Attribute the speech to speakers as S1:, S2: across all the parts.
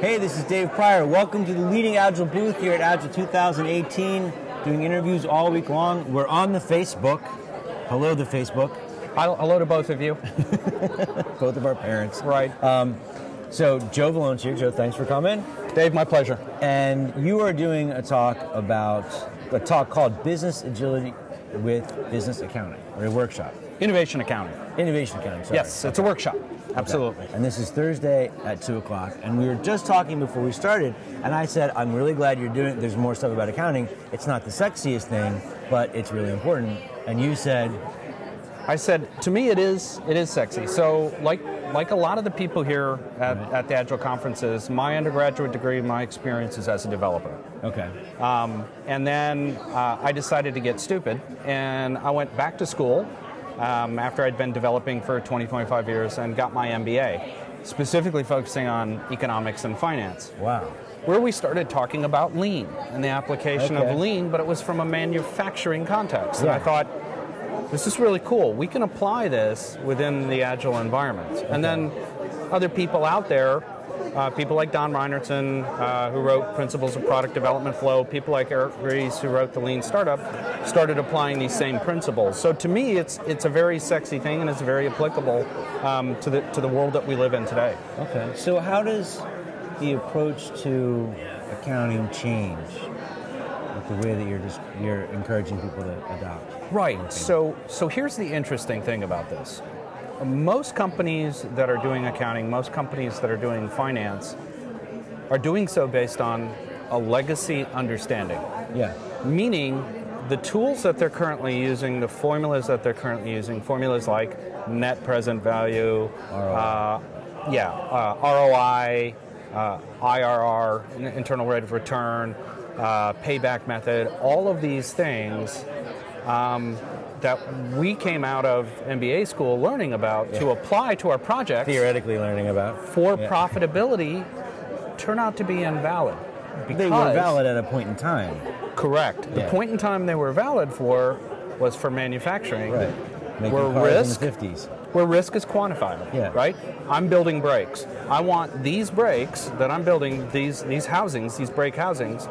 S1: Hey, this is Dave Pryor. Welcome to the leading Agile booth here at Agile 2018, doing interviews all week long. We're on the Facebook. Hello, the Facebook.
S2: Hello hello to both of you.
S1: Both of our parents.
S2: Right.
S1: So, Joe Valone's here. Joe, thanks for coming.
S2: Dave, my pleasure.
S1: And you are doing a talk about a talk called Business Agility with Business Accounting, or a workshop.
S2: Innovation accounting.
S1: Innovation Accounting, sorry.
S2: Yes, it's a workshop. Absolutely.
S1: And this is Thursday at 2 o'clock. And we were just talking before we started, and I said, I'm really glad you're doing it. There's more stuff about accounting. It's not the sexiest thing, but it's really important. And you said,
S2: I said to me it is it is sexy. So like like a lot of the people here at, at the Agile conferences, my undergraduate degree, my experience is as a developer.
S1: okay,
S2: Um, and then uh, I decided to get stupid, and I went back to school um, after I'd been developing for 20, 25 years and got my MBA, specifically focusing on economics and finance,
S1: wow.
S2: where we started talking about lean and the application
S1: Okay.
S2: of lean, but it was from a manufacturing context. And I
S1: Yeah.
S2: thought, this is really cool. We can apply this within the agile environment. And then other people out there, uh, people like Don Reinertsen, uh, who wrote Principles of Product Development Flow, people like Eric Ries, who wrote the Lean Startup, started applying these same principles. So to me, it's it's a very sexy thing, and it's very applicable um, to the to the world that we live in today.
S1: Okay. So, how does the approach to accounting change with the way that you're just you're encouraging people to adopt?
S2: Right. So so here's the interesting thing about this. Most companies that are doing accounting, most companies that are doing finance are doing so based on a legacy understanding,
S1: Yeah.
S2: meaning the tools that they're currently using, the formulas that they're currently using, formulas like net present value, uh, yeah, uh, ROI, uh, IRR, in- internal rate of return, uh, payback method, all of these things um, that we came out of MBA school learning about to apply to our projects
S1: Theoretically, learning about
S2: for
S1: Yeah.
S2: profitability turn out to be invalid. Because,
S1: They were valid at a point in time.
S2: Correct. The
S1: Yeah.
S2: point in time they were valid for was for manufacturing.
S1: Making
S2: Where
S1: cars
S2: risk-
S1: in the 50s.
S2: where risk is quantifiable.
S1: Yeah.
S2: Right? I'm building brakes. I want these brakes that I'm building, these these housings, these brake housings,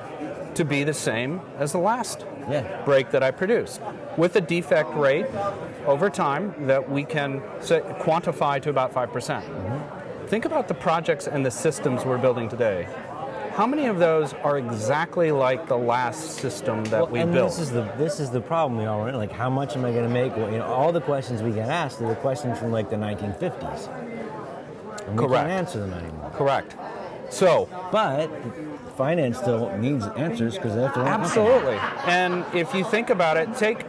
S2: to be the same as the last
S1: Yeah.
S2: brake that I produced. With a defect rate over time that we can set, quantify to about 5%. percent
S1: Mm-hmm.
S2: Think about the projects and the systems we're building today. How many of those are exactly like the last system that we
S1: and
S2: built?
S1: this is the this is the problem we all run. into. Like, how much am I going to make? Well, you know, all the questions we get asked are the questions from like the 1950s. And We
S2: Correct.
S1: can't answer them anymore.
S2: Correct. So,
S1: But finance still needs answers because they have to. run a company.
S2: Absolutely. And if you think about it, take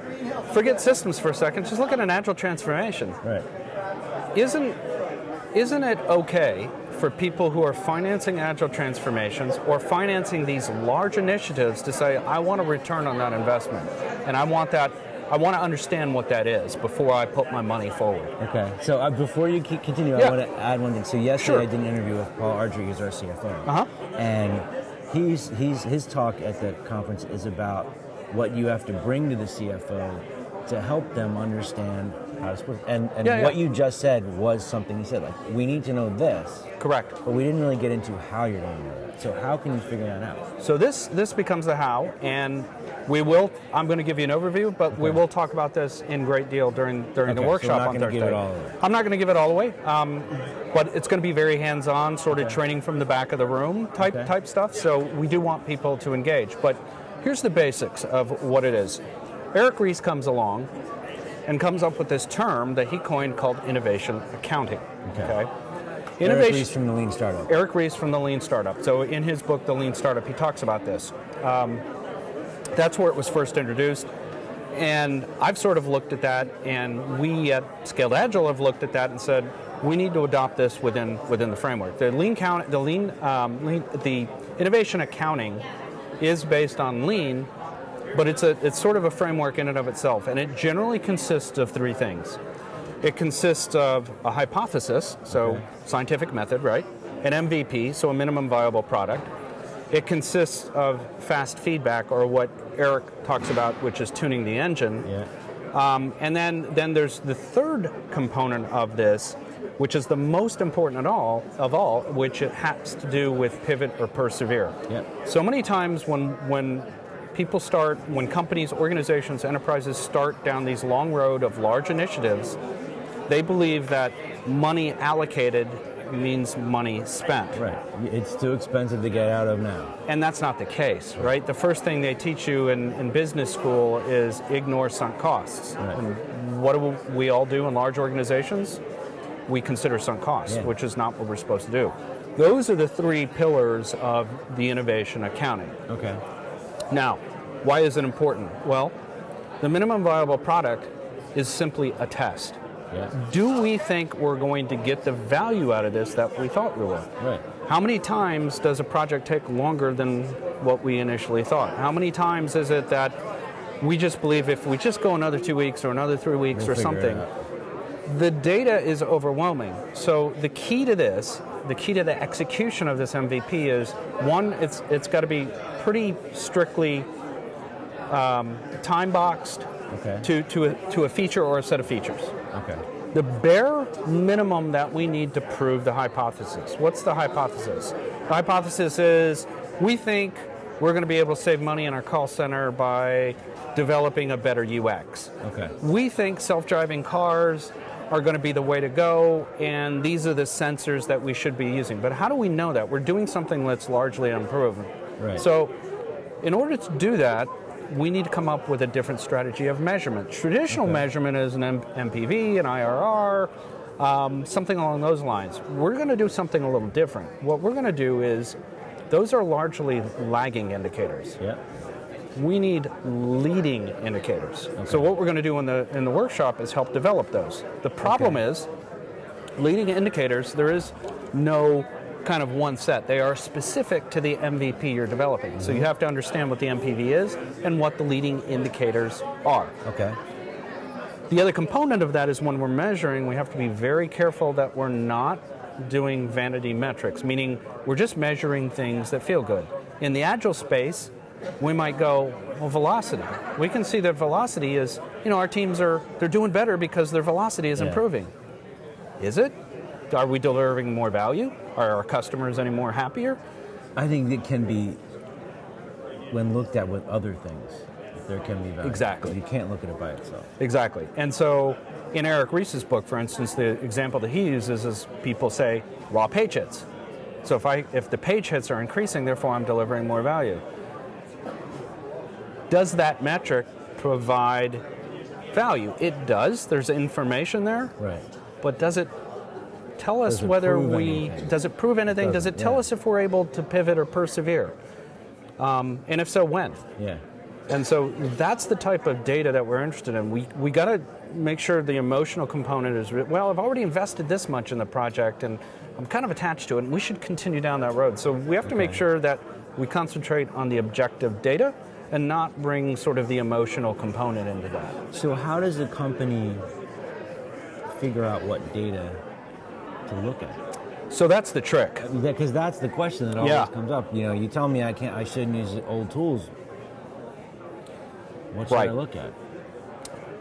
S2: forget systems for a second. Just look at an agile transformation.
S1: Right.
S2: Isn't isn't it okay for people who are financing agile transformations or financing these large initiatives to say, I want a return on that investment and I want that I want to understand what that is before I put my money forward.
S1: Okay. So uh, before you keep continue, I
S2: Yeah.
S1: want to add one thing. So yesterday
S2: Sure.
S1: I did an interview with Paul Ardrey, who's our CFO,
S2: Uh-huh.
S1: and he's he's his talk at the conference is about what you have to bring to the CFO to help them understand how to split. And and
S2: Yeah, yeah.
S1: what you just said was something he said like we need to know this,
S2: Correct.
S1: but we didn't really get into how you're going to know that. So how can you figure that out?
S2: So this this becomes the how, and we will. I'm going to give you an overview, but we will talk about this in great deal during
S1: Okay,
S2: during
S1: so
S2: the
S1: we're
S2: workshop
S1: not
S2: on
S1: gonna
S2: Thursday.
S1: give it all away.
S2: I'm not going to give it all away, um, but it's going to be very hands-on, sort of training from the back of the room type
S1: Okay.
S2: type stuff. So we do want people to engage. But here's the basics of what it is. Eric Reese comes along and comes up with this term that he coined called innovation accounting.
S1: Okay. Eric
S2: Innovation
S1: Ries from the Lean Startup.
S2: Eric Reese from the Lean Startup. So in his book, The Lean Startup, he talks about this. Um, that's where it was first introduced. And I've sort of looked at that, and we at Scaled Agile have looked at that and said we need to adopt this within within the framework. The lean count, the lean, um, lean the innovation accounting is based on lean, but it's a it's sort of a framework in and of itself, and it generally consists of three things. It consists of a hypothesis, so scientific method, right? An MVP, so a minimum viable product. It consists of fast feedback, or what Eric talks about, which is tuning the engine.
S1: Yeah.
S2: Um, and then, then there's the third component of this which is the most important at all of all, which it has to do with pivot or persevere.
S1: Yep.
S2: So many times when when people start, when companies, organizations, enterprises start down these long road of large initiatives, they believe that money allocated means money spent.
S1: Right. It's too expensive to get out of now.
S2: And that's not the case, right? The first thing they teach you in, in business school is ignore sunk costs.
S1: Right.
S2: And what do we all do in large organizations? We consider sunk costs,
S1: Yeah.
S2: which is not what we're supposed to do. Those are the three pillars of the innovation accounting.
S1: Okay.
S2: Now, why is it important? Well, the minimum viable product is simply a test.
S1: Yeah.
S2: Do we think we're going to get the value out of this that we thought we were?
S1: Right.
S2: How many times does a project take longer than what we initially thought? How many times is it that we just believe if we just go another two weeks or another three weeks
S1: We'll
S2: or
S1: figure it
S2: something?
S1: out.
S2: The data is overwhelming. So the key to this, the key to the execution of this MVP is one, it's it's got to be pretty strictly um, time boxed
S1: Okay.
S2: to to a, to a feature or a set of features.
S1: Okay.
S2: The bare minimum that we need to prove the hypothesis. What's the hypothesis? The hypothesis is we think we're going to be able to save money in our call center by developing a better UX.
S1: Okay.
S2: We think self driving cars are going to be the way to go, and these are the sensors that we should be using. But how do we know that? We're doing something that's largely unproven.
S1: Right.
S2: So, in order to do that, we need to come up with a different strategy of measurement. Traditional
S1: Okay.
S2: measurement is an M- MPV, an IRR, um, something along those lines. We're going to do something a little different. What we're going to do is those are largely lagging indicators
S1: Yeah.
S2: we need leading indicators. So what we're going to do in the in the workshop is help develop those. The problem
S1: Okay.
S2: is leading indicators. There is no kind of one set. They are specific to the MVP you're developing. So you have to understand what the MPV is and what the leading indicators are.
S1: Okay.
S2: The other component of that is when we're measuring, we have to be very careful that we're not doing vanity metrics, meaning we're just measuring things that feel good. In the agile space, we might go, well, velocity. We can see that velocity is, you know, our teams are they're doing better because their velocity is
S1: Yeah.
S2: improving. Is it? Are we delivering more value? Are our customers any more happier?
S1: I think it can be when looked at with other things. There can be value.
S2: Exactly.
S1: You can't look at it by itself.
S2: Exactly. And so, in Eric Reese's book, for instance, the example that he uses is people say raw page hits. So if I if the page hits are increasing, therefore I'm delivering more value. Does that metric provide value? It does. There's information there,
S1: Right.
S2: but does it tell us
S1: Does it
S2: whether
S1: prove
S2: we
S1: anything?
S2: does it prove anything? does
S1: doesn't,
S2: it tell
S1: yeah.
S2: us if we're able to pivot or persevere? Um, and if so, when?
S1: Yeah.
S2: And so that's the type of data that we're interested in. We, we got to make sure the emotional component is re- well, I've already invested this much in the project and I'm kind of attached to it, and we should continue down that road. So we have to make
S1: Okay.
S2: sure that we concentrate on the objective data and not bring sort of the emotional component into that.
S1: So how does a company figure out what data to look at?
S2: So that's the trick.
S1: Because that's the question that always
S2: Yeah.
S1: comes up. You know, you tell me I can't, I shouldn't use old tools. What should I
S2: Right.
S1: look at?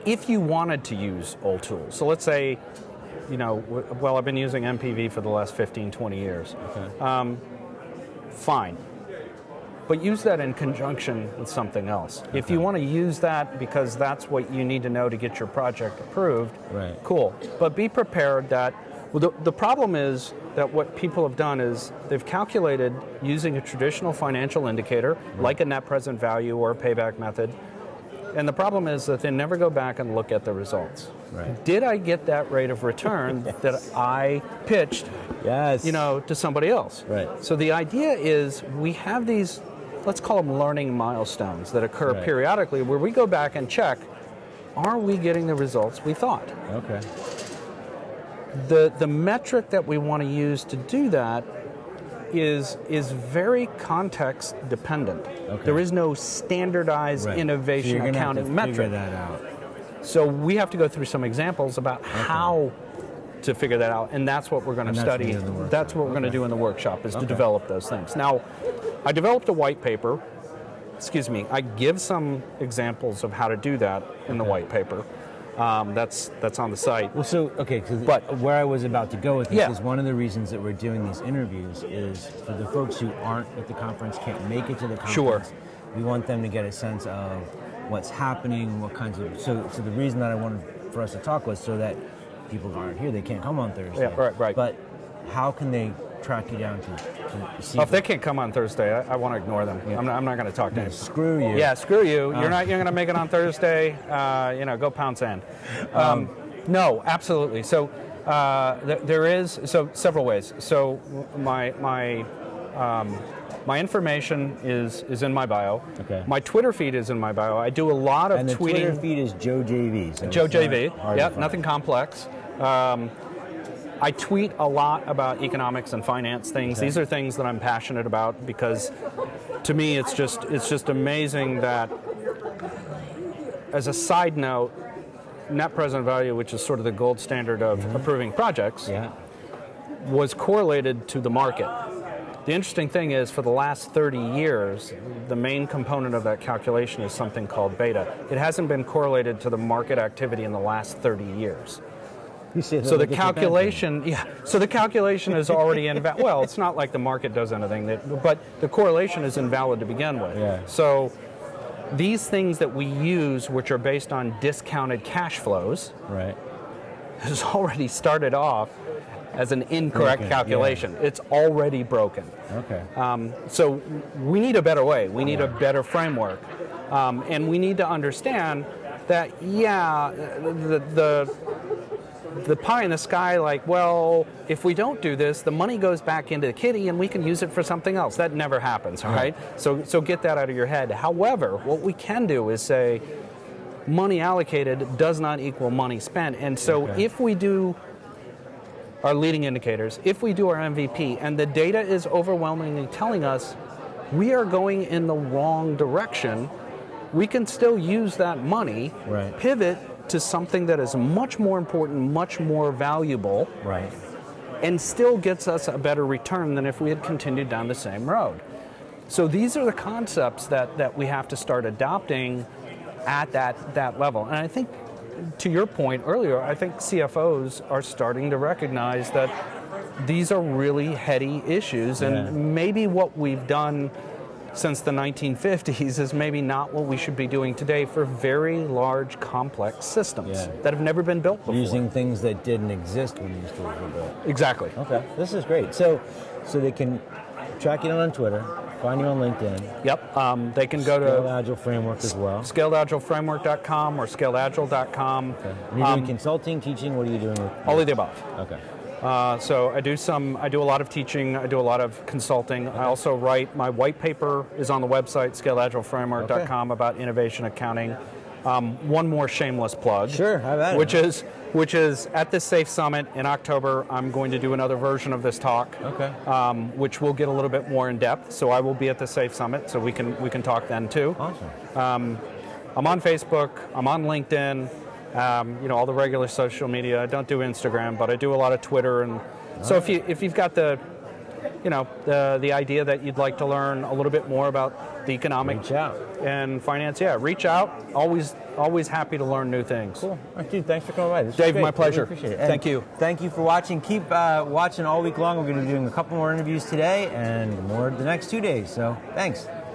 S2: if you wanted to use old tools, so let's say, you know, w- well, I've been using MPV for the last 15, 20 years. Um,
S1: Okay.
S2: fine. But use that in conjunction with something else. If you
S1: Okay.
S2: want to use that because that's what you need to know to get your project approved,
S1: Right.
S2: cool. But be prepared that well, the, the problem is that what people have done is they've calculated using a traditional financial indicator like a net present value or a payback method. And the problem is that they never go back and look at the results.
S1: Right.
S2: Did I get that rate of return that I pitched
S1: Yes.
S2: you know, to somebody else.
S1: Right.
S2: So the idea is we have these, let's call them learning milestones that occur
S1: Right.
S2: periodically where we go back and check, are we getting the results we thought?
S1: Okay.
S2: The, the metric that we want to use to do that is, is very context dependent.
S1: Okay.
S2: There is no standardized
S1: Right. so
S2: innovation
S1: you're gonna have to
S2: accounting
S1: Figure
S2: metric.
S1: that out.
S2: So we have to go through some examples about how to figure that out, and that's what we're going to
S1: And that's what
S2: study.
S1: you do in the workshop.
S2: That's what we're going to
S1: Okay.
S2: do in the workshop is to
S1: Okay.
S2: develop those things. Now, I developed a white paper. Excuse me. I give some examples of how to do that in the white paper. Um, that's that's on the site.
S1: Well, so okay, 'cause
S2: But-
S1: where I was about to go with this
S2: Yeah.
S1: is one of the reasons that we're doing these interviews is for the folks who aren't at the conference, can't make it to the conference.
S2: Sure.
S1: We want them to get a sense of what's happening, what kinds of. So, so the reason that I wanted for us to talk was so that people who aren't here, they can't come on Thursday.
S2: Yeah, right, right.
S1: But how can they track you down to, to see?
S2: If they can't come on Thursday, I, I want to ignore them. I'm not, I'm not going to talk to them.
S1: screw you. Uh.
S2: Yeah, screw you. You're not. You're going to make it on Thursday. Uh, you know, go pound sand. Um, no, absolutely. So uh, th- there is so several ways. So w- my my um, my information is is in my bio.
S1: Okay.
S2: My Twitter feed is in my bio. I do a lot of
S1: And the
S2: tweeting.
S1: Twitter feed is Joe JV. So
S2: Joe
S1: it's not
S2: JV.
S1: hard to
S2: Yep,
S1: find.
S2: nothing complex. Um, I tweet a lot about economics and finance things. These are things that I'm passionate about because, to me, it's just it's just amazing that. As a side note, net present value, which is sort of the gold standard of approving projects,
S1: Yeah.
S2: was correlated to the market. The interesting thing is, for the last 30 years, the main component of that calculation is something called beta. It hasn't been correlated to the market activity in the last 30 years.
S1: You say that
S2: So the
S1: like it's a bad thing.
S2: calculation, yeah. So the calculation is already invalid. Well, it's not like the market does anything, that, but the correlation is invalid to begin with.
S1: Yeah.
S2: So these things that we use, which are based on discounted cash flows,
S1: Right.
S2: has already started off as an incorrect
S1: Broken, yeah.
S2: calculation. It's already broken.
S1: Okay.
S2: Um, so we need a better way. We need a better framework, um, and we need to understand that yeah, the, the the pie in the sky. Like, well, if we don't do this, the money goes back into the kitty, and we can use it for something else. That never happens. All right. So so get that out of your head. However, what we can do is say. Money allocated does not equal money spent. And so,
S1: Okay.
S2: if we do our leading indicators, if we do our MVP, and the data is overwhelmingly telling us we are going in the wrong direction, we can still use that money,
S1: Right.
S2: pivot to something that is much more important, much more valuable,
S1: right.
S2: and still gets us a better return than if we had continued down the same road. So these are the concepts that, that we have to start adopting at that, that level. And I think, to your point earlier, I think CFOs are starting to recognize that these are really heady issues, and
S1: Yeah.
S2: maybe what we've done since the 1950s is maybe not what we should be doing today for very large, complex
S1: Yeah.
S2: systems that have never been built before.
S1: Using things that didn't exist when these tools were built.
S2: exactly.
S1: Okay, this is great. So, so they can track you down on Twitter, find you on LinkedIn,
S2: Yep. Um, they can go
S1: build
S2: to
S1: Agile Framework as well.
S2: scaledagileframework.com or scaledagile.com.
S1: Okay. And You're doing consulting, teaching. What are you doing with?
S2: Um, all of the above.
S1: okay.
S2: Uh, so I do some. I do a lot of teaching. I do a lot of consulting. I also write. My white paper is on the website scaledagileframework.com about innovation accounting. Um, one more shameless plug.
S1: Sure, have at it.
S2: Which is which is at the Safe Summit in October. I'm going to do another version of this talk.
S1: Okay.
S2: Um, which will get a little bit more in depth. So I will be at the Safe Summit. So we can we can talk then too.
S1: Awesome.
S2: I'm on Facebook. I'm on LinkedIn. Um, you know all the regular social media. I don't do Instagram, but I do a lot of Twitter. And so if you if you've got the you know the the idea that you'd like to learn a little bit more about the economic
S1: Reach out.
S2: and finance, yeah, reach out. Always always happy to learn new things.
S1: Cool. All right, dude, thanks for coming by. This was
S2: Dave,
S1: great.
S2: my pleasure.
S1: Really appreciate it.
S2: Thank you.
S1: Thank you for watching. Keep uh, watching all week long. We're going to be doing a couple more interviews today and more the next two days. So, thanks.